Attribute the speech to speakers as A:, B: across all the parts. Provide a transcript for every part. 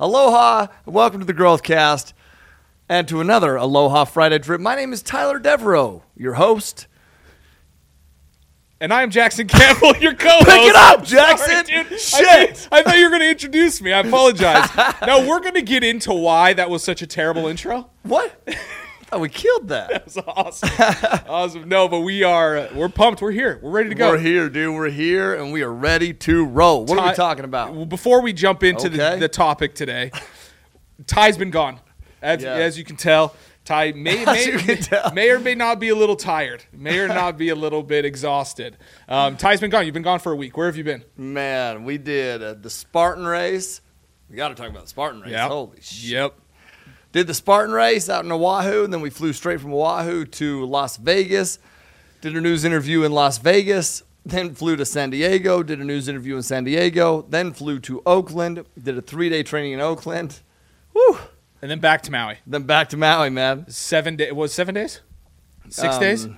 A: Aloha, and welcome to the Growth Cast and to another Aloha Friday trip. My name is Tyler Devereaux, your host.
B: And I'm Jackson Campbell, your co-host.
A: Pick it up,
B: I'm
A: Jackson!
B: Oh, Sorry, dude.
A: Shit.
B: I, I thought you were going to introduce me. I apologize. now we're going to get into why that was such a terrible intro.
A: What? I thought we killed that.
B: That was awesome. awesome. No, but we are we're pumped. We're here. We're ready to go.
A: We're here, dude. We're here, and we are ready to roll. What are we
B: Ty-
A: talking about?
B: Before we jump into
A: Okay.
B: the, the topic today, Ty's been gone. As,
A: Yeah.
B: as you can tell, Ty may,
A: As
B: may,
A: you can tell.
B: may or may not be a little tired, may or not be a little bit exhausted. Um, Ty's been gone. You've been gone for a week. Where have you been?
A: Man, we did uh, the Spartan race. We got to talk about the Spartan race.
B: Yep.
A: Holy shit.
B: Yep.
A: Did the Spartan race out in Oahu, and then we flew straight from Oahu to Las Vegas. Did a news interview in Las Vegas, then flew to San Diego, did a news interview in San Diego, then flew to Oakland, did a three day training in Oakland. Woo!
B: And then back to Maui.
A: Then back to Maui, man.
B: Seven days. Was it seven days? Six
A: Um,
B: days?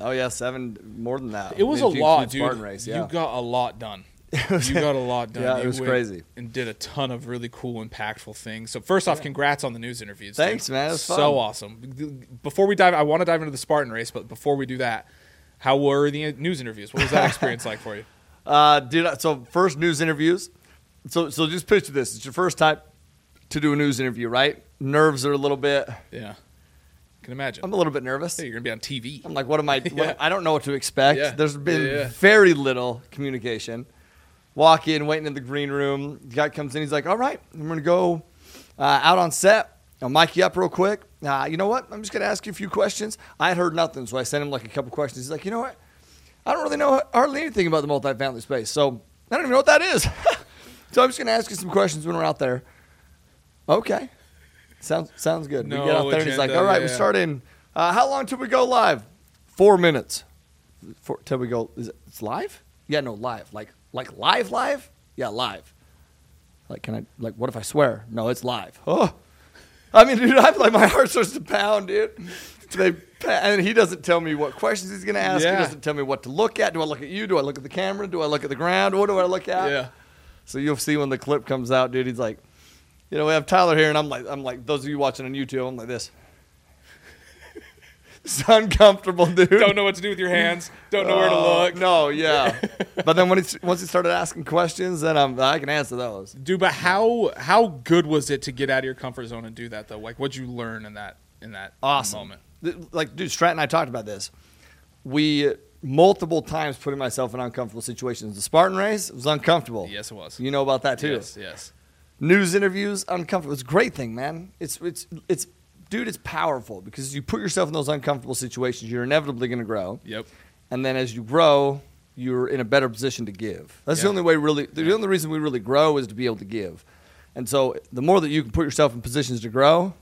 A: Oh, yeah, seven, more than that.
B: It was a
A: If you
B: lot,
A: include
B: dude.
A: Spartan race, yeah.
B: You got a lot done. You got a lot done.
A: Yeah, it
B: You
A: was
B: went
A: crazy.
B: And did a ton of really cool, impactful things. So first off, congrats on the news interviews. dude.
A: Thanks, man. It was
B: so
A: fun.
B: awesome. Before we dive, I want to dive into the Spartan race, but before we do that, how were the news interviews? What was that experience like for you?
A: Uh, dude, I- so first news interviews. So, so just picture this. It's your first time to do a news interview, right? Nerves are a little bit,
B: Yeah, can imagine.
A: I'm a little bit nervous.
B: hey, you're gonna be on TV.
A: I'm like, what am I? what-
B: Yeah.
A: I don't know what to expect.
B: Yeah.
A: There's been
B: Yeah, yeah.
A: very little communication. Walk in, waiting in the green room. The guy comes in. He's like, all right, I'm going to go uh, out on set. I'll mic you up real quick. Uh, you know what? I'm just going to ask you a few questions. I had heard nothing, so I sent him like a couple questions. He's like, you know what? I don't really know hardly anything about the multifamily space, so I don't even know what that is. so I'm just going to ask you some questions when we're out there. Okay. Sounds sounds good.
B: No
A: we get out there and he's like,
B: agenda,
A: all right,
B: yeah,
A: we
B: yeah.
A: start in. Uh, how long till we go live? Four minutes. Four, till we go. Is it, it's live? Yeah, no, live. Like like live, live. Yeah, live. Like, can I? Like, what if I swear? No, it's live. Oh, I mean, dude, I'm like my heart starts to pound, dude. They pa- and he doesn't tell me what questions he's gonna ask.
B: Yeah.
A: He doesn't tell me what to look at. Do I look at you? Do I look at the camera? Do I look at the ground? What do I look at?
B: Yeah.
A: So you'll see when the clip comes out, dude. He's like, you know, we have Tyler here, and I'm like, I'm like, those of you watching on YouTube, I'm like this. It's uncomfortable, dude.
B: Don't know what to do with your hands. Don't know where to
A: Oh,
B: look.
A: No, yeah. but then when it's once he started asking questions, then I'm, I can answer those.
B: Dude, but how how good was it to get out of your comfort zone and do that though? Like, what'd you learn in that in that
A: Awesome.
B: moment?
A: Th- Like, dude, Strat and I talked about this. We multiple times putting myself in uncomfortable situations. The Spartan race was uncomfortable.
B: Yes, it was.
A: You know about that too.
B: Yes, yes.
A: news interviews uncomfortable it's a great thing man it's it's it's dude it's powerful because you put yourself in those uncomfortable situations you're inevitably going to grow
B: Yep.
A: and then as you grow you're in a better position to give that's the
B: Yeah.
A: only way really the only reason we really grow is to be able to give and so the more that you can put yourself in positions to grow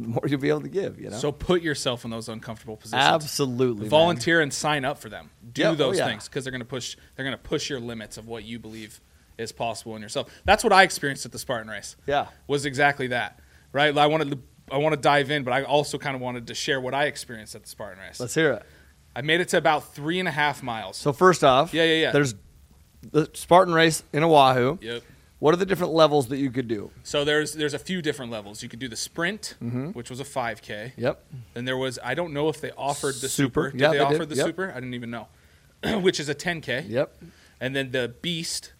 A: the more you'll be able to give you know
B: So put yourself in those uncomfortable positions.
A: absolutely man.
B: Volunteer and sign up for them. Do
A: Yeah, oh,
B: those
A: yeah.
B: things because they're going to push. They're going to push your limits of what you believe is possible in yourself. That's what I experienced at the Spartan race.
A: Yeah.
B: was exactly that. Right. I wanted. To, I want to dive in, but I also kind of wanted to share what I experienced at the Spartan race.
A: let's hear it
B: I made it to about three and a half miles.
A: so first off
B: Yeah, yeah, yeah.
A: there's the spartan race in oahu
B: Yep.
A: what are the different levels that you could do
B: So there's there's a few different levels. You could do the sprint,
A: Mm-hmm.
B: which was a 5K.
A: yep
B: Then there was I don't know if they offered the
A: Super.
B: super. Did
A: Yeah,
B: they,
A: they
B: offer
A: did.
B: the
A: Yep.
B: super? I didn't even know. which is a 10K.
A: yep
B: And then the beast,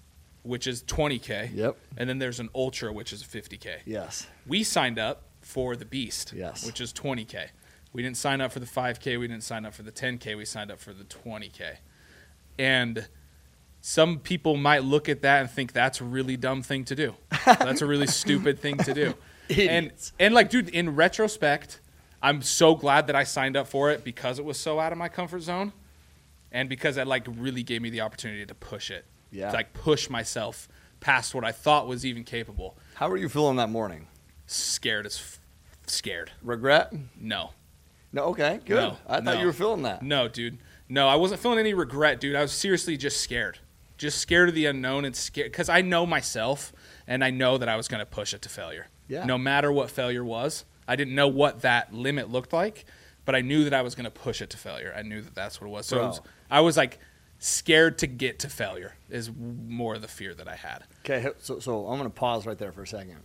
B: which is 20K.
A: Yep.
B: And then there's an ultra, which is 50K.
A: yes
B: We signed up for the beast,
A: Yes.
B: which is 20K. We didn't sign up for the 5K. We didn't sign up for the 10K. We signed up for the 20K. And some people might look at that and think that's a really dumb thing to do. That's a really stupid thing to do. And
A: Idiots.
B: and like dude, in retrospect, I'm so glad that I signed up for it because it was so out of my comfort zone and because that like really gave me the opportunity to push it.
A: Yeah.
B: To, like push myself past what I thought was even capable.
A: How were you feeling that morning?
B: Scared as f- scared.
A: Regret?
B: No.
A: No, okay, good.
B: No,
A: I thought
B: no.
A: you were feeling that.
B: No, dude. No, I wasn't feeling any regret, dude. I was seriously just scared. Just scared of the unknown and scared because I know myself and I know that I was going to push it to failure.
A: Yeah.
B: No matter what failure was, I didn't know what that limit looked like, but I knew that I was going to push it to failure. I knew that that's what it was. So it
A: Bro.
B: was, I was like scared to get to failure is more the fear that I had.
A: Okay, so, so I'm going to pause right there for a second.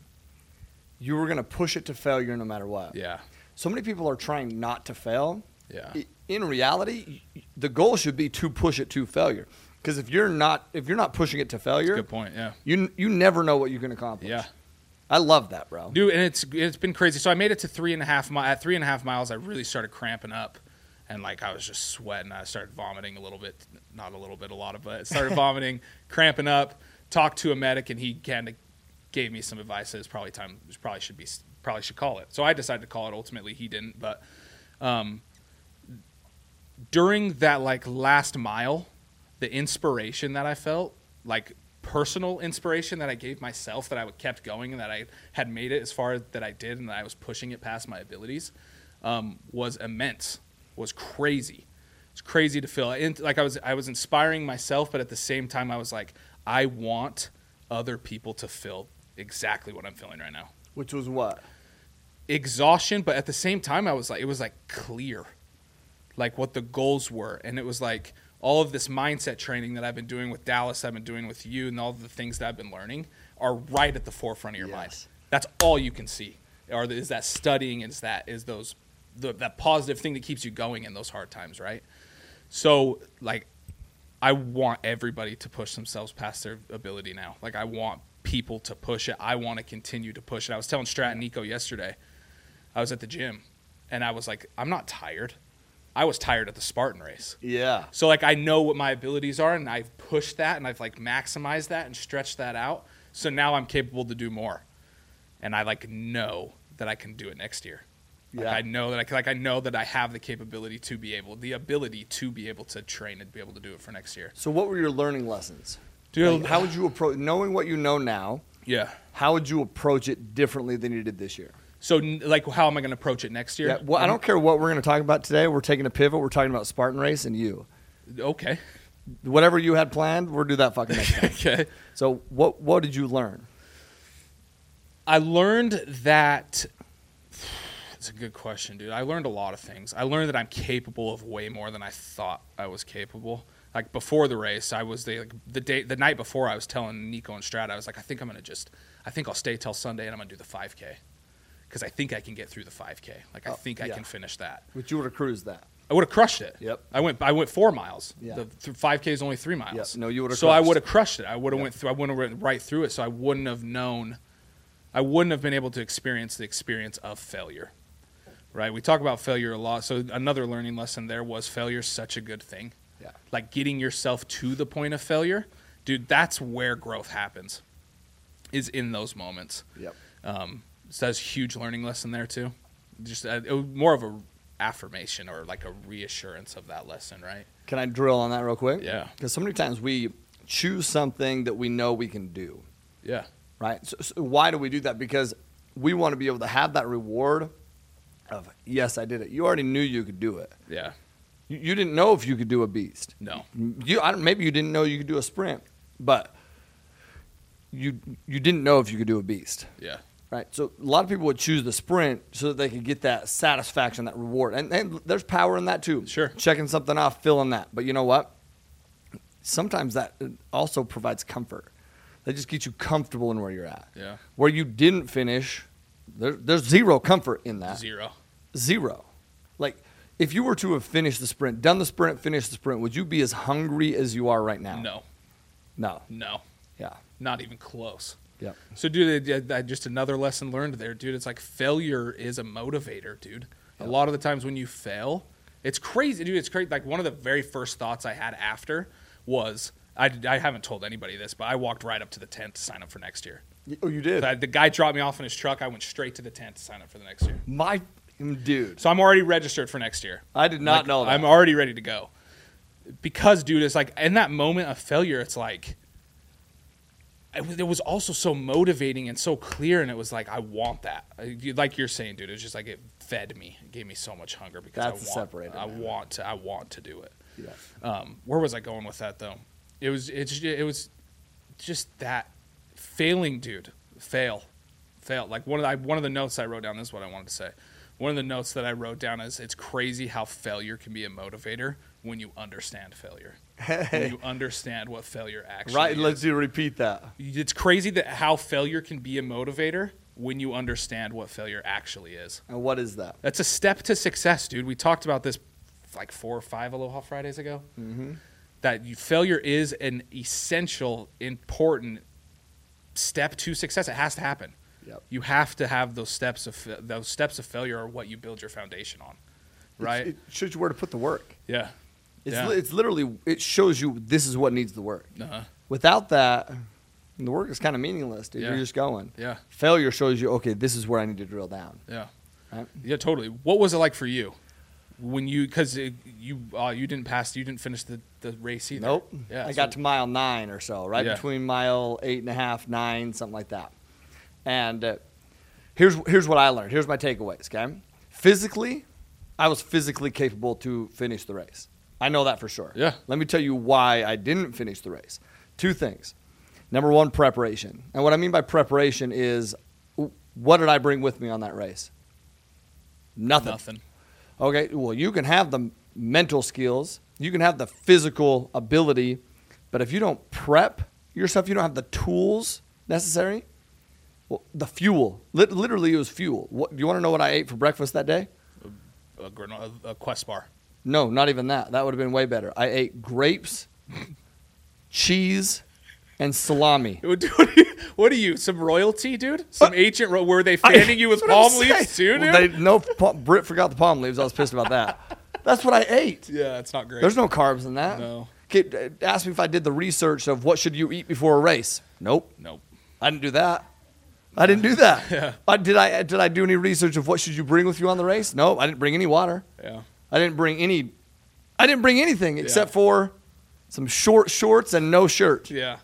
A: you were going to push it to failure no matter what.
B: Yeah.
A: So many people are trying not to fail.
B: Yeah.
A: I- In reality, y- the goal should be to push it to failure. Because if you're not if you're not pushing it to failure,
B: Good point. Yeah.
A: you you never know what you can accomplish.
B: Yeah.
A: I love that, bro.
B: Dude, and it's it's been crazy. So I made it to three and a half mi- at three and a half miles. I really started cramping up, and like I was just sweating. I started vomiting a little bit, not a little bit, a lot of, but started vomiting, cramping up. Talked to a medic, and he kind of gave me some advice. That it's probably time. it Probably should be. Probably should call it. So I decided to call it. Ultimately, he didn't. But um, during that like last mile, the inspiration that I felt, like personal inspiration that I gave myself that I would kept going and that I had made it as far that I did and that I was pushing it past my abilities, um, was immense. Was crazy. It's crazy to feel. And, like I was, I was inspiring myself, but at the same time, I was like, I want other people to feel exactly what I'm feeling right now
A: Which was what?
B: exhaustion, but at the same time, I was like, it was like clear, like what the goals were, and it was like all of this mindset training that I've been doing with Dallas, I've been doing with you, and all the things that I've been learning are right at the forefront of your mind.
A: Yes.
B: That's all you can see, or is that studying? Is that is those the, that positive thing that keeps you going in those hard times, right? So like I want everybody to push themselves past their ability now. Like I want people to push it. I want to continue to push it. I was telling Strat and Nico yesterday. I was at the gym and I was like, I'm not tired. I was tired at the Spartan race.
A: Yeah.
B: So like I know what my abilities are and I've pushed that and I've like maximized that and stretched that out. So now I'm capable to do more. And I like know that I can do it next year. Like
A: Yeah.
B: I know that I can, like I know that I have the capability to be able the ability to be able to train and be able to do it for next year.
A: So what were your learning lessons?
B: Dude,
A: Like, how would you approach knowing what you know now?
B: Yeah.
A: How would you approach it differently than you did this year?
B: So n- like how am I going to approach it next year?
A: Yeah, well, I don't care what we're going to talk about today. We're taking a pivot. We're talking about Spartan Race and you.
B: Mm-hmm. Okay.
A: Whatever you had planned, we'll do that fucking next time.
B: okay.
A: So, what what did you learn?
B: I learned that. It's a good question, dude. I learned a lot of things. I learned that I'm capable of way more than I thought I was capable. Like before the race, I was the like, the day the night before I was telling Nico and Strad, I was like, I think I'm gonna just, I think I'll stay till Sunday and I'm gonna do the 5K, because I think I can get through the 5K. Like I
A: Oh,
B: think I
A: yeah.
B: can finish that.
A: Which you would have cruised that.
B: I would have crushed it.
A: Yep.
B: I went. I went four miles.
A: Yeah.
B: The th- five k is only three miles.
A: No, you would've
B: So I
A: crushed.
B: would have crushed it. I would have
A: Yep.
B: went through. I would have went right through it. So I wouldn't have known. I wouldn't have been able to experience the experience of failure. Right. We talk about failure a lot. So another learning lesson there was failure is such a good thing.
A: Yeah.
B: Like getting yourself to the point of failure, dude. That's where growth happens. Is in those moments.
A: Yep. Uh,
B: Um, so that's a huge learning lesson there too. Just uh, it was more of a affirmation or like a reassurance of that lesson, right?
A: Can I drill on that real quick?
B: Yeah.
A: Because so many times we choose something that we know we can do,
B: Yeah.
A: right? So, so why do we do that? Because we want to be able to have that reward of yes, I did it. You already knew you could do it.
B: Yeah.
A: You, you didn't know if you could do a beast.
B: No.
A: You I don't, maybe you didn't know you could do a sprint, but you you didn't know if you could do a beast,
B: Yeah.
A: right? So a lot of people would choose the sprint so that they could get that satisfaction, that reward, and, and there's power in that too.
B: Sure.
A: checking something off, feeling that. But you know what? Sometimes that uh, also provides comfort. That just gets you comfortable in where you're at.
B: Yeah.
A: Where you didn't finish, there, there's zero comfort in that
B: Zero.
A: zero. Like, if you were to have finished the sprint, done the sprint, finished the sprint, would you be as hungry as you are right now?
B: No.
A: No.
B: No.
A: Yeah.
B: Not even close.
A: Yeah.
B: So, dude, I- I- I- just another lesson learned there, dude. It's like failure is a motivator, dude. A lot of the times when you fail, it's crazy, dude. It's crazy. Like one of the very first thoughts I had after was, I, I haven't told anybody this, but I walked right up to the tent to sign up for next year.
A: Oh, you did.
B: So I- the guy dropped me off in his truck. I went straight to the tent to sign up for the next year.
A: My dude,
B: So I'm already registered for next year.
A: I did not
B: Like,
A: know that.
B: I'm already ready to go. Because, dude, it's like in that moment of failure, it's like it was- it was also so motivating and so clear, and it was like I want that. I- you- Like you're saying, dude, it was just like it fed me, it gave me so much hunger because
A: That's the
B: I want,
A: separator,
B: I
A: man.
B: want to, I want to do it.
A: Yeah.
B: Um, where was I going with that though? It was it's it was just that failing, dude. Fail, fail. Like one of the, I- one of the notes I wrote down. This is what I wanted to say. One of the notes that I wrote down is it's crazy how failure can be a motivator when you understand failure. when you understand what failure actually
A: right.
B: is
A: Let's do repeat that.
B: it's crazy that how failure can be a motivator when you understand what failure actually is.
A: And what is that?
B: That's a step to success, dude. We talked about this like four or five Aloha Fridays ago.
A: Mm-hmm.
B: That you, failure is an essential, important step to success. It has to happen.
A: Yep.
B: You have to have those steps of fa- those steps of failure are what you build your foundation on, right?
A: It, it shows you where to put the work.
B: yeah.
A: It's,
B: Yeah.
A: li- it's literally, it shows you this is what needs the work.
B: Uh-huh.
A: Without that, the work is kind of meaningless, dude. You're
B: Yeah.
A: just going.
B: Yeah.
A: Failure shows you, okay, this is where I need to drill down.
B: Yeah.
A: Right.
B: Yeah, totally. What was it like for you when you because you uh, you didn't pass, you didn't finish the, the race either.
A: Nope.
B: Yeah.
A: I
B: so-
A: got to mile nine or so, right
B: Yeah.
A: between mile eight and a half, nine, something like that. And uh, here's here's what I learned. Here's my takeaways. Okay, physically, I was physically capable to finish the race. I know that for sure.
B: Yeah.
A: Let me tell you why I didn't finish the race. Two things. Number one, preparation. And what I mean by preparation is, w- what did I bring with me on that race? Nothing.
B: nothing.
A: Okay, well, you can have the mental skills, you can have the physical ability, but if you don't prep yourself, you don't have the tools necessary. Well, the fuel, Lit- literally, it was fuel. What, do you want to know what I ate for breakfast that day?
B: A, granola, a quest bar.
A: No, not even that. That would have been way better. I ate grapes, cheese, and salami.
B: What do what do you? What are you? Some royalty, dude? Some ancient? Ro- were they fanning you with
A: That's Uh, what I'm
B: palm leaves too,
A: saying.
B: dude?
A: Well, they, no, pa- Britt forgot the palm leaves. I was pissed about that. That's what I ate.
B: yeah, it's not great.
A: There's no carbs in that.
B: No.
A: Okay, ask me if I did the research of what should you eat before a race. Nope,
B: nope.
A: I didn't do that. I didn't do that. I, did I did I do any research of what should you bring with you on the race? Nope, I didn't bring any water.
B: Yeah.
A: I didn't bring any. I didn't bring anything except for some short shorts and no shirt.
B: Yeah.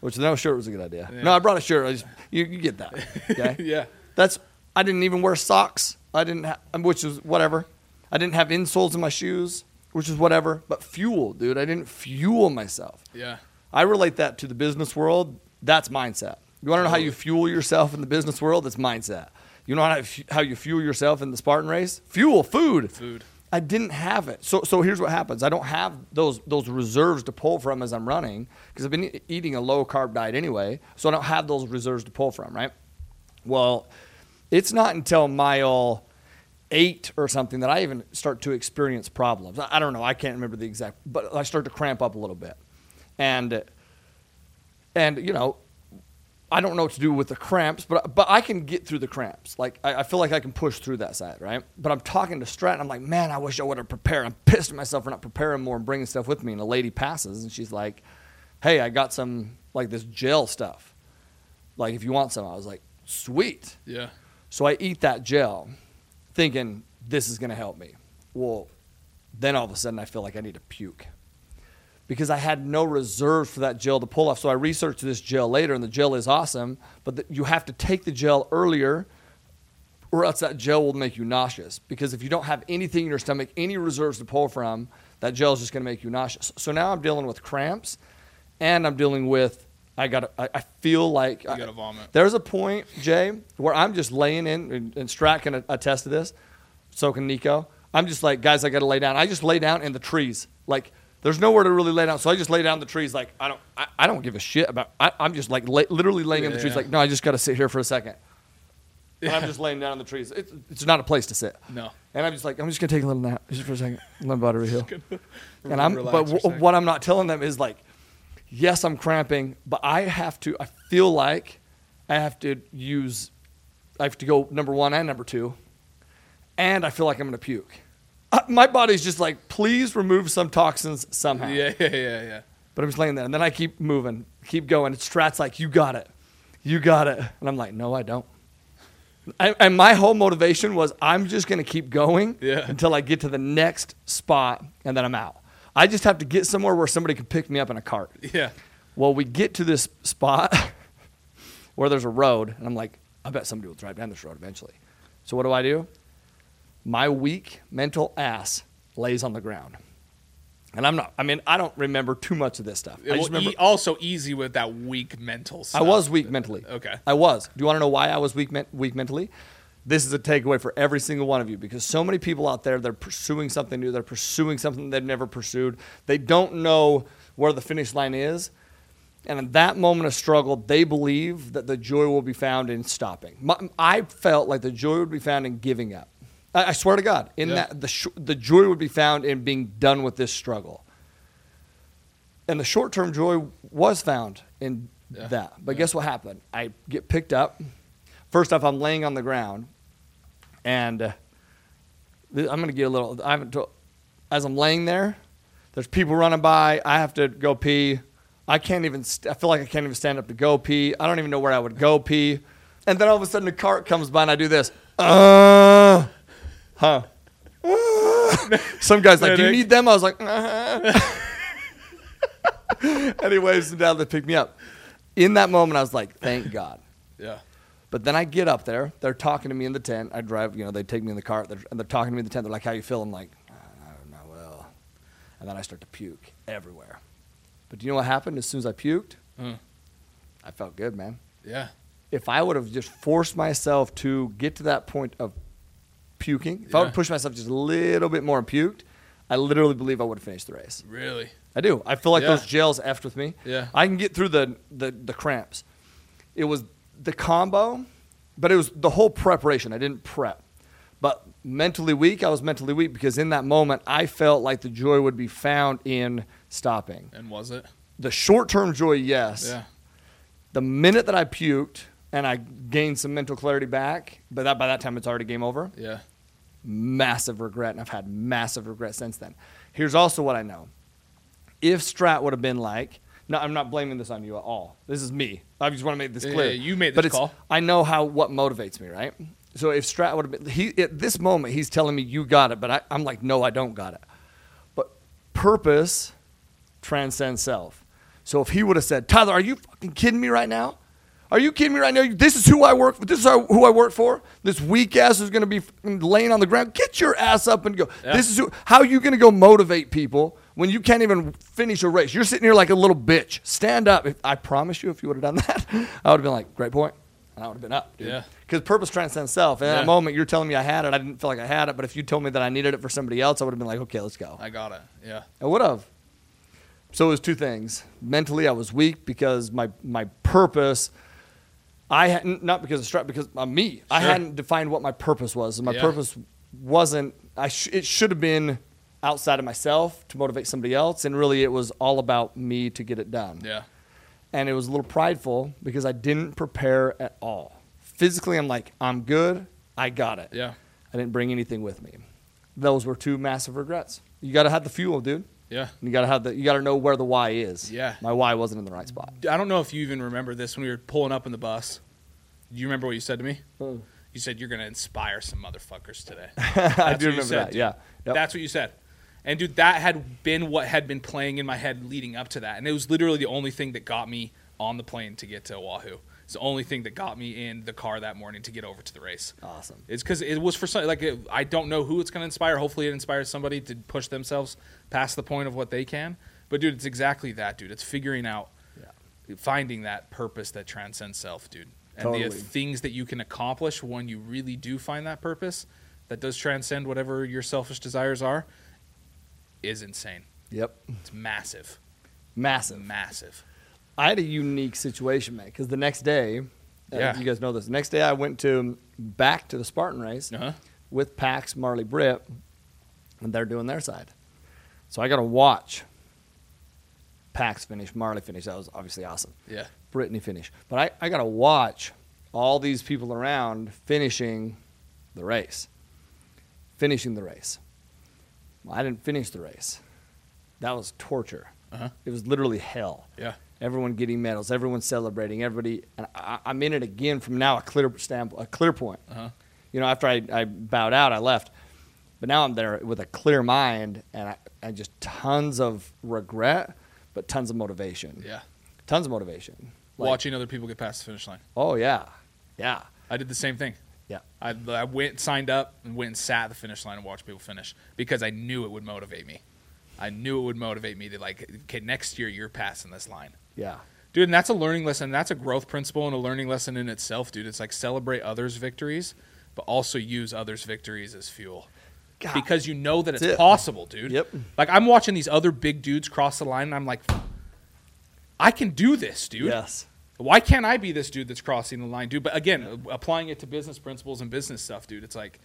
A: Which no shirt was a good idea.
B: Yeah.
A: No, I brought a shirt. I just, you, you get that. Okay.
B: Yeah.
A: That's I didn't even wear socks. I didn't, ha- which is whatever. I didn't have insoles in my shoes, which is whatever. But fuel, dude. I didn't fuel myself.
B: Yeah.
A: I relate that to the business world. That's mindset. You want to know how you fuel yourself in the business world? That's mindset. You know how, how you fuel yourself in the Spartan race? Fuel, food.
B: Food.
A: I didn't have it. So, so here's what happens. I don't have those those reserves to pull from as I'm running because I've been e- eating a low carb diet anyway. So I don't have those reserves to pull from, right? Well, it's not until mile eight or something that I even start to experience problems. I, I don't know. I can't remember the exact, but I start to cramp up a little bit, and and you know. I don't know what to do with the cramps, but but I can get through the cramps. Like I, I feel like I can push through that side, right? But I'm talking to Strat, and I'm like, man, I wish I would have prepared. I'm pissed at myself for not preparing more and bringing stuff with me. And a lady passes, and she's like, "Hey, I got some like this gel stuff. Like if you want some." I was like, "Sweet."
B: Yeah.
A: So I eat that gel, thinking this is going to help me. Well, then all of a sudden I feel like I need to puke because I had no reserves for that gel to pull off. So I researched this gel later, and the gel is awesome, but the, you have to take the gel earlier. Or else that gel will make you nauseous. Because if you don't have anything in your stomach, any reserves to pull from, that gel is just going to make you nauseous. So now I'm dealing with cramps, and I'm dealing with I got I, I feel like
B: You gotta vomit.
A: there's a point, Jay, where I'm just laying in, and, and Strat can attest to this. So can Nico. I'm just like, guys, I got to lay down. I just lay down in the trees. Like, there's nowhere to really lay down, so I just lay down in the trees. Like, I don't, I, I don't give a shit about. I, I'm just like lay, literally laying in the trees.
B: Yeah.
A: Like, no, I just got to sit here for a second. And I'm just laying down in the trees. It's, it's not a place to sit.
B: No.
A: And I'm just like, I'm just gonna take a little nap just for a second. Let my body heal. And I'm,
B: relax
A: but
B: for a
A: w-
B: second.
A: what I'm not telling them is like, yes, I'm cramping, but I have to. I feel like I have to use. I have to go number one and number two, and I feel like I'm gonna puke. Uh, my body's just like, please remove some toxins somehow.
B: Yeah. Yeah. Yeah. Yeah.
A: But I'm just laying there, and then I keep moving, keep going. And Strat's like, "You got it, you got it," and I'm like, "No, I don't." I, and my whole motivation was, I'm just gonna keep going
B: Yeah.
A: until I get to the next spot, and then I'm out. I just have to get somewhere where somebody can pick me up in a cart.
B: Yeah.
A: Well, we get to this spot where there's a road, and I'm like, I bet somebody will drive down this road eventually. So what do I do? My weak mental ass lays on the ground. And I'm not, I mean, I don't remember too much of this stuff. I
B: Well,
A: just remember
B: e- also easy with that weak mental. Stuff.
A: I was weak mentally.
B: Okay.
A: I was. Do you want to know why I was weak, men- weak mentally? This is a takeaway for every single one of you because so many people out there, they're pursuing something new. They're pursuing something they've never pursued. They don't know where the finish line is. And in that moment of struggle, they believe that the joy will be found in stopping. My, I felt like the joy would be found in giving up. I, I swear to God, in
B: Yeah.
A: that the sh- the joy would be found in being done with this struggle. And the short term joy was found in
B: Yeah.
A: that. But guess what happened? I get picked up. First off, I'm laying on the ground, and uh, th- I'm gonna get a little. I haven't. told as I'm laying there, there's people running by. I have to go pee. I can't even. St- I feel like I can't even stand up to go pee. I don't even know where I would go pee. And then all of a sudden, a cart comes by, and I do this. Uh, huh. Uh. Some guy's like, "Do you
B: Medic.
A: need them?" I was like, uh and he waves them down to pick me up. In that moment, I was like, "Thank God."
B: Yeah.
A: But then I get up there. They're talking to me in the tent. I drive. You know, they take me in the car. They're, and they're talking to me in the tent. They're like, "How you feeling?" I'm like, "Ah, "I don't know. Well," and then I start to puke everywhere. But do you know what happened? As soon as I puked,
B: Mm.
A: I felt good, man.
B: Yeah.
A: If I would have just forced myself to get to that point of puking, if I would
B: Yeah.
A: have pushed myself just a little bit more and puked, I literally believe I would have finished the race.
B: Really.
A: I do. I feel like
B: Yeah.
A: those gels effed with me.
B: Yeah.
A: I can get through the, the the cramps. It was the combo, but it was the whole preparation. I didn't prep. But mentally weak, I was mentally weak because in that moment I felt like the joy would be found in stopping.
B: And was it?
A: The short term joy, yes.
B: Yeah.
A: The minute that I puked and I gained some mental clarity back, but that by that time it's already game over
B: Yeah.
A: massive regret, and I've had massive regret since then. Here's also what I know: if Strat would have been like, no, I'm not blaming this on you at all. This is me. I just want to make this
B: Yeah,
A: clear.
B: yeah, you made
A: but
B: this
A: it's-
B: call.
A: I know how what motivates me, right? So if Strat would have been, he at this moment he's telling me you got it, but I, I'm like, no, I don't got it. But purpose transcends self. So if he would have said, Tyler, are you fucking kidding me right now? Are you kidding me right now? This is who I work. For. This is who I work for. This weak ass is going to be fucking laying on the ground. Get your ass up and go.
B: Yeah.
A: This is who. How are you going to go motivate people when you can't even finish a race? You're sitting here like a little bitch. Stand up. If, I promise you, if you would have done that, I would have been like, great point, and I would have been up. Dude.
B: Yeah.
A: Because purpose transcends self. And at
B: Yeah.
A: that moment, you're telling me I had it. I didn't feel like I had it. But if you told me that I needed it for somebody else, I would have been like, okay, let's go.
B: I got it. Yeah.
A: I would have. So it was two things. Mentally, I was weak because my my purpose. I hadn't not because of stress, because of me. I
B: Sure.
A: hadn't defined what my purpose was, and my
B: Yeah.
A: purpose wasn't. I sh- it should have been outside of myself to motivate somebody else, and really, it was all about me to get it done
B: Yeah.
A: and it was a little prideful because I didn't prepare at all. Physically, I'm like, I'm good. I got it.
B: Yeah.
A: I didn't bring anything with me. Those were two massive regrets. You got to have the fuel, dude.
B: Yeah.
A: You got to have the. You got to know where the why is.
B: Yeah.
A: My why wasn't in the right spot.
B: I don't know if you even remember this when we were pulling up in the bus. Do you remember what you said to me?
A: Mm.
B: You said you're going to inspire some motherfuckers today.
A: I
B: That's
A: do
B: what you
A: remember
B: said,
A: that.
B: dude.
A: Yeah. Yep.
B: That's what you said. And dude, that had been what had been playing in my head leading up to that. And it was literally the only thing that got me on the plane to get to Oahu. It's the only thing that got me in the car that morning to get over to the race.
A: awesome.
B: It's because it was for some, like, it, I don't know who it's going to inspire. Hopefully, it inspires somebody to push themselves past the point of what they can. But, dude, it's exactly that, dude. It's figuring out, finding that purpose that transcends self, dude. And the
A: Totally.
B: things that you can accomplish when you really do find that purpose that does transcend whatever your selfish desires are is insane.
A: Yep.
B: It's massive.
A: Massive.
B: Massive.
A: I had a unique situation, man, because the next day, uh,
B: Yeah.
A: you guys know this. The next day, I went to um, back to the Spartan race
B: Uh-huh.
A: with Pax, Marley Britt, and they're doing their side. So I got to watch Pax finish, Marley finish. That was obviously awesome.
B: Yeah.
A: Brittany finish. But I, I got to watch all these people around finishing the race. Finishing the race. Well, I didn't finish the race. That was torture.
B: Uh-huh.
A: It was literally hell
B: Yeah.
A: everyone getting medals, everyone celebrating, everybody. And I, I'm in it again from now a clear stamp, a clear point.
B: Uh-huh.
A: You know, after I, I bowed out, I left, but now I'm there with a clear mind and I, and just tons of regret, but tons of motivation.
B: Yeah.
A: tons of motivation. Like,
B: Watching other people get past the finish line.
A: Oh yeah, yeah,
B: I did the same thing.
A: yeah.
B: I, I went, signed up, and went and sat at the finish line and watched people finish because I knew it would motivate me. I knew it would motivate me to like, okay, next year you're passing this line,
A: Yeah.
B: dude. And that's a learning lesson. That's a growth principle and a learning lesson in itself, dude. It's like celebrate others' victories, but also use others' victories as fuel.
A: God.
B: Because you know that it's
A: That's it.
B: possible, dude.
A: Yep.
B: Like I'm watching these other big dudes cross the line, and I'm like, I can do this, dude.
A: Yes.
B: Why can't I be this dude that's crossing the line, dude? But again, applying it to business principles and business stuff, dude, it's like,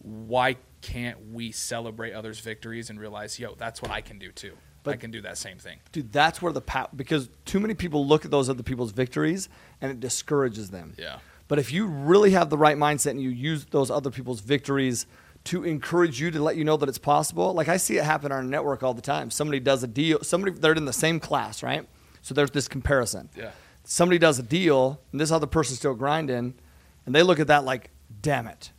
B: why can't we celebrate others' victories and realize, yo, that's what I can do too?
A: But-
B: I can do that same thing.
A: Dude, that's where the power, because too many people look at those other people's victories and it discourages them.
B: Yeah.
A: But if you really have the right mindset and you use those other people's victories to encourage you to let you know that it's possible, like I see it happen on our network all the time. Somebody does a deal, somebody, they're in the same class, right? So there's this comparison.
B: Yeah.
A: Somebody does a deal and this other person's still grinding and they look at that like, damn it.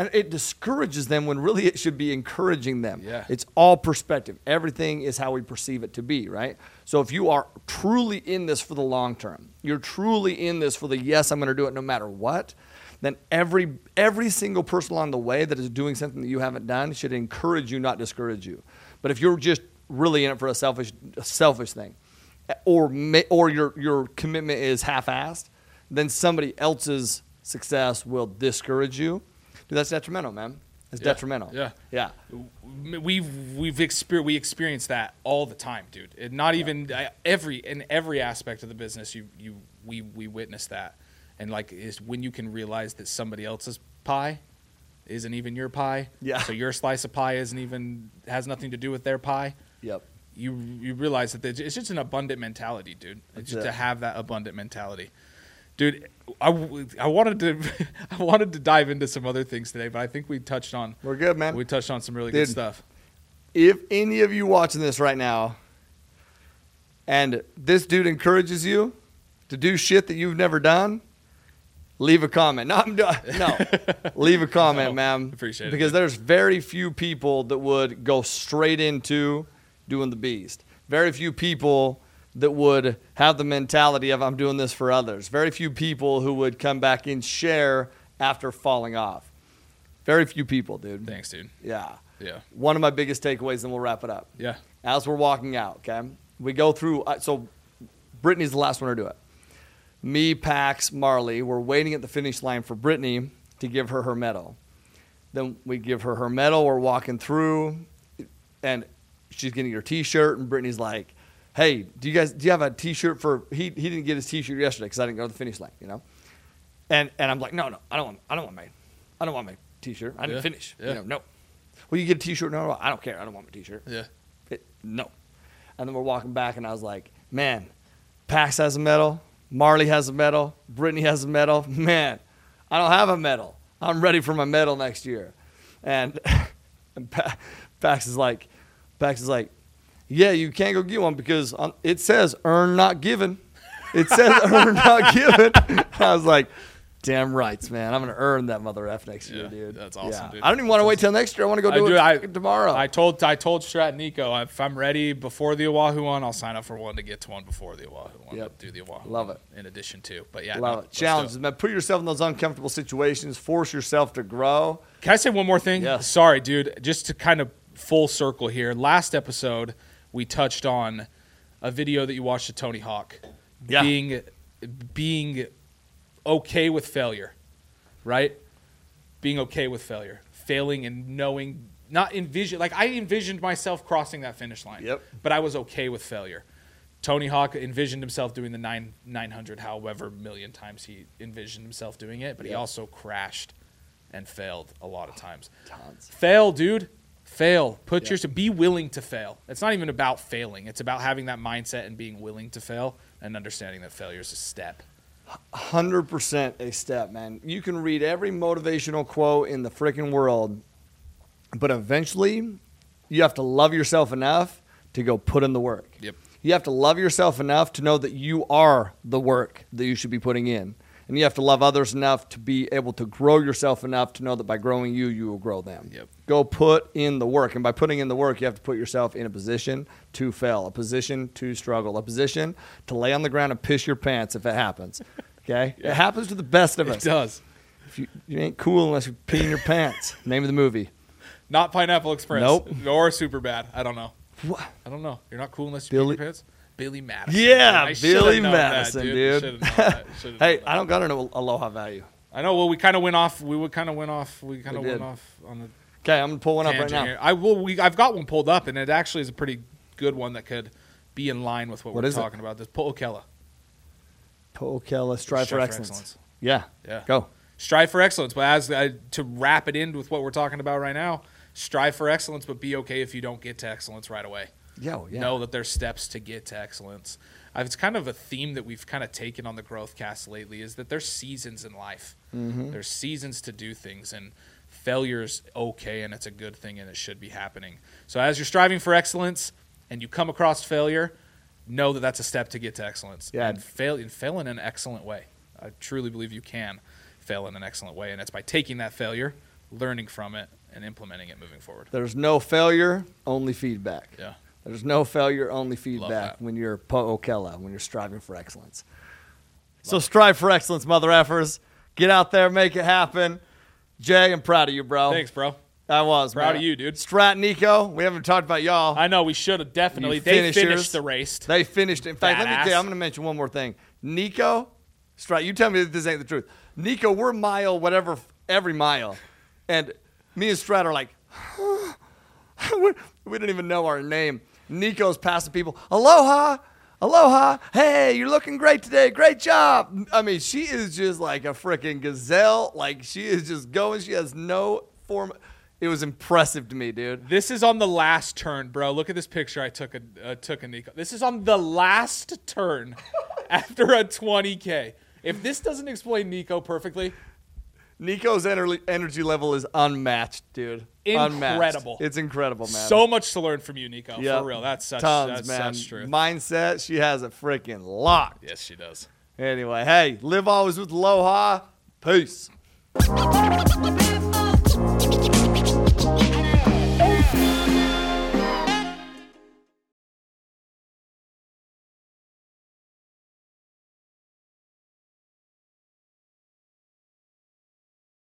A: And it discourages them when really it should be encouraging them.
B: Yeah.
A: It's all perspective. Everything is how we perceive it to be, right? So if you are truly in this for the long term, you're truly in this for the yes, I'm going to do it no matter what, then every every single person along the way that is doing something that you haven't done should encourage you, not discourage you. But if you're just really in it for a selfish a selfish thing, or ma- or your your commitment is half-assed, then somebody else's success will discourage you. Dude, that's detrimental, man. It's
B: Yeah.
A: detrimental.
B: Yeah.
A: Yeah.
B: we've we've exper- we experience that all the time, dude. And not even I, every in every aspect of the business, you you we we witness that, and like is when you can realize that somebody else's pie isn't even your pie.
A: Yeah.
B: So your slice of pie isn't even has nothing to do with their pie.
A: Yep.
B: You you realize that there's- it's just an abundant mentality, dude.
A: That's
B: It's
A: it.
B: just to have that abundant mentality. Dude, I, w- I wanted to I wanted to dive into some other things today, but I think we touched on
A: We're good, man.
B: we touched on some really
A: Dude.
B: good stuff.
A: if any of you watching this right now and this dude encourages you to do shit that you've never done, leave a comment. No, I'm done. No, leave a comment,
B: No,
A: man.
B: appreciate it,
A: Because there's very few people that would go straight into doing the beast. Very few people that would have the mentality of I'm doing this for others. Very few people who would come back and share after falling off. Very few people, dude.
B: Thanks, dude.
A: Yeah.
B: Yeah.
A: One of my biggest takeaways, and we'll wrap it up.
B: Yeah.
A: As we're walking out, okay, we go through. uh, So Brittany's the last one to do it. Me, Pax, Marley, we're waiting at the finish line for Brittany to give her her medal. Then we give her her medal. We're walking through, and she's getting her T-shirt, and Brittany's like, "Hey, do you guys do you have a T-shirt for he? He didn't get his T-shirt yesterday because I didn't go to the finish line, you know." And and I'm like, "No, no, I don't want, I don't want my, I don't want my T-shirt. I didn't
B: Yeah,
A: finish. You
B: yeah.
A: know, no. Well, you get a T-shirt. No, no, I don't care. I don't want my T-shirt.
B: Yeah.
A: It, no. And then we're walking back, and I was like, man, Pax has a medal. Marley has a medal. Brittany has a medal. Man, I don't have a medal. I'm ready for my medal next year. And, and pa- Pax is like, Pax is like, yeah, you can't go get one because on, it says earn not given. It says earn not given. I was like, damn rights, man. I'm gonna earn that mother f next year,
B: Yeah,
A: dude.
B: that's awesome, dude.
A: I don't even want to wait till next year. I want to go do it tomorrow.
B: I told I told Strat Nico if I'm ready before the Oahu one, I'll sign up for one to get to one before the Oahu
A: Yep.
B: one. Yep. Do the Oahu.
A: Love
B: one
A: it.
B: In addition to, but yeah,
A: Love
B: no,
A: it.
B: let's do
A: Challenges, man. Put yourself in those uncomfortable situations. Force yourself to grow.
B: Can I say one more thing?
A: Yes.
B: Sorry, dude. Just to kind of full circle here. Last episode, we touched on a video that you watched of Tony Hawk
A: Yeah.
B: being being okay with failure, right? Being okay with failure, failing and knowing, not envision. Like I envisioned myself crossing that finish line.
A: Yep.
B: But I was okay with failure. Tony Hawk envisioned himself doing the nine nine hundred, however million times he envisioned himself doing it, but he
A: Yep.
B: also crashed and failed a lot of times.
A: Tons.
B: Fail, dude. Fail. Put
A: Yeah.
B: yourself. Be willing to fail. It's not even about failing. It's about having that mindset and being willing to fail and understanding that failure is a step.
A: 100% a step, man. You can read every motivational quote in the freaking world, but eventually you have to love yourself enough to go put in the work.
B: Yep.
A: You have to love yourself enough to know that you are the work that you should be putting in. And you have to love others enough to be able to grow yourself enough to know that by growing you, you will grow them.
B: Yep.
A: Go put in the work. And by putting in the work, you have to put yourself in a position to fail, a position to struggle, a position to lay on the ground and piss your pants if it happens. Okay? It happens to the best of us.
B: It does.
A: If you, you ain't cool unless you pee in your pants. Name of the movie.
B: Not Pineapple Express.
A: Nope.
B: Or Super Bad. I don't know.
A: What?
B: I don't know. You're not cool unless you pee
A: Billy-
B: your pants. Billy Madison.
A: Yeah,
B: I should've
A: Billy
B: known that,
A: Madison,
B: I
A: dude.
B: should've known that. Should've known
A: Hey,
B: that.
A: I don't got an al- aloha value.
B: I know. Well, we kind of went off. We kind of went off. We kind
A: We
B: of
A: did.
B: went off on the
A: Okay, I'm going to pull one up right
B: tangent
A: now.
B: here. I will. We, I've got one pulled up, and it actually is a pretty good one that could be in line with what,
A: What
B: we're
A: is it?
B: talking about. This Po'okela.
A: Pokella strive for excellence. Yeah.
B: Yeah.
A: Go.
B: Strive for excellence. But as I, to wrap it in with what we're talking about right now, strive for excellence, but be okay if you don't get to excellence right away.
A: Yeah. well, yeah.
B: know that there's steps to get to excellence. I've, it's kind of a theme that we've kind of taken on the growth cast lately is that there's seasons in life.
A: Mm-hmm.
B: There's seasons to do things, and failure's okay, and it's a good thing, and it should be happening. So as you're striving for excellence, and you come across failure, know that that's a step to get to excellence.
A: Yeah.
B: and fail and fail in an excellent way. I truly believe you can fail in an excellent way, and that's by taking that failure, learning from it, and implementing it moving forward.
A: There's no failure, only feedback.
B: Yeah.
A: There's no failure, only feedback
B: that.
A: when you're Po'okella, when you're striving for excellence. so strive for excellence, mother effers. Get out there, make it happen. Jay, I'm proud of you, bro.
B: Thanks, bro.
A: I was
B: Proud
A: man.
B: of you, dude.
A: Strat Nico, we haven't talked about y'all.
B: I know we should have definitely.
A: You
B: They
A: finish
B: finished
A: yours?
B: the race.
A: They finished. In fact, let me
B: Badass.
A: tell you, I'm going to mention one more thing. Nico, Strat, you tell me that this ain't the truth. Nico, we're mile, whatever, every mile. And me and Strat are like, we, we didn't even know our name. Nico's passing people, aloha, aloha, hey, you're looking great today, great job. I mean, she is just like a freaking gazelle. Like, she is just going. She has no form. It was impressive to me, dude.
B: This is on the last turn, bro. Look at this picture I took a uh, took a Nico. This is on the last turn after a 20k. If this doesn't explain Nico perfectly,
A: Nico's ener- energy level is unmatched, dude. Unmatched.
B: Incredible.
A: It's incredible, man.
B: so much to learn from you, Nico.
A: Yep.
B: For real, that's such
A: Tons,
B: that's
A: man.
B: such truth.
A: Mindset, she has it freaking locked.
B: yes, she does.
A: Anyway, hey, live always with aloha. Peace.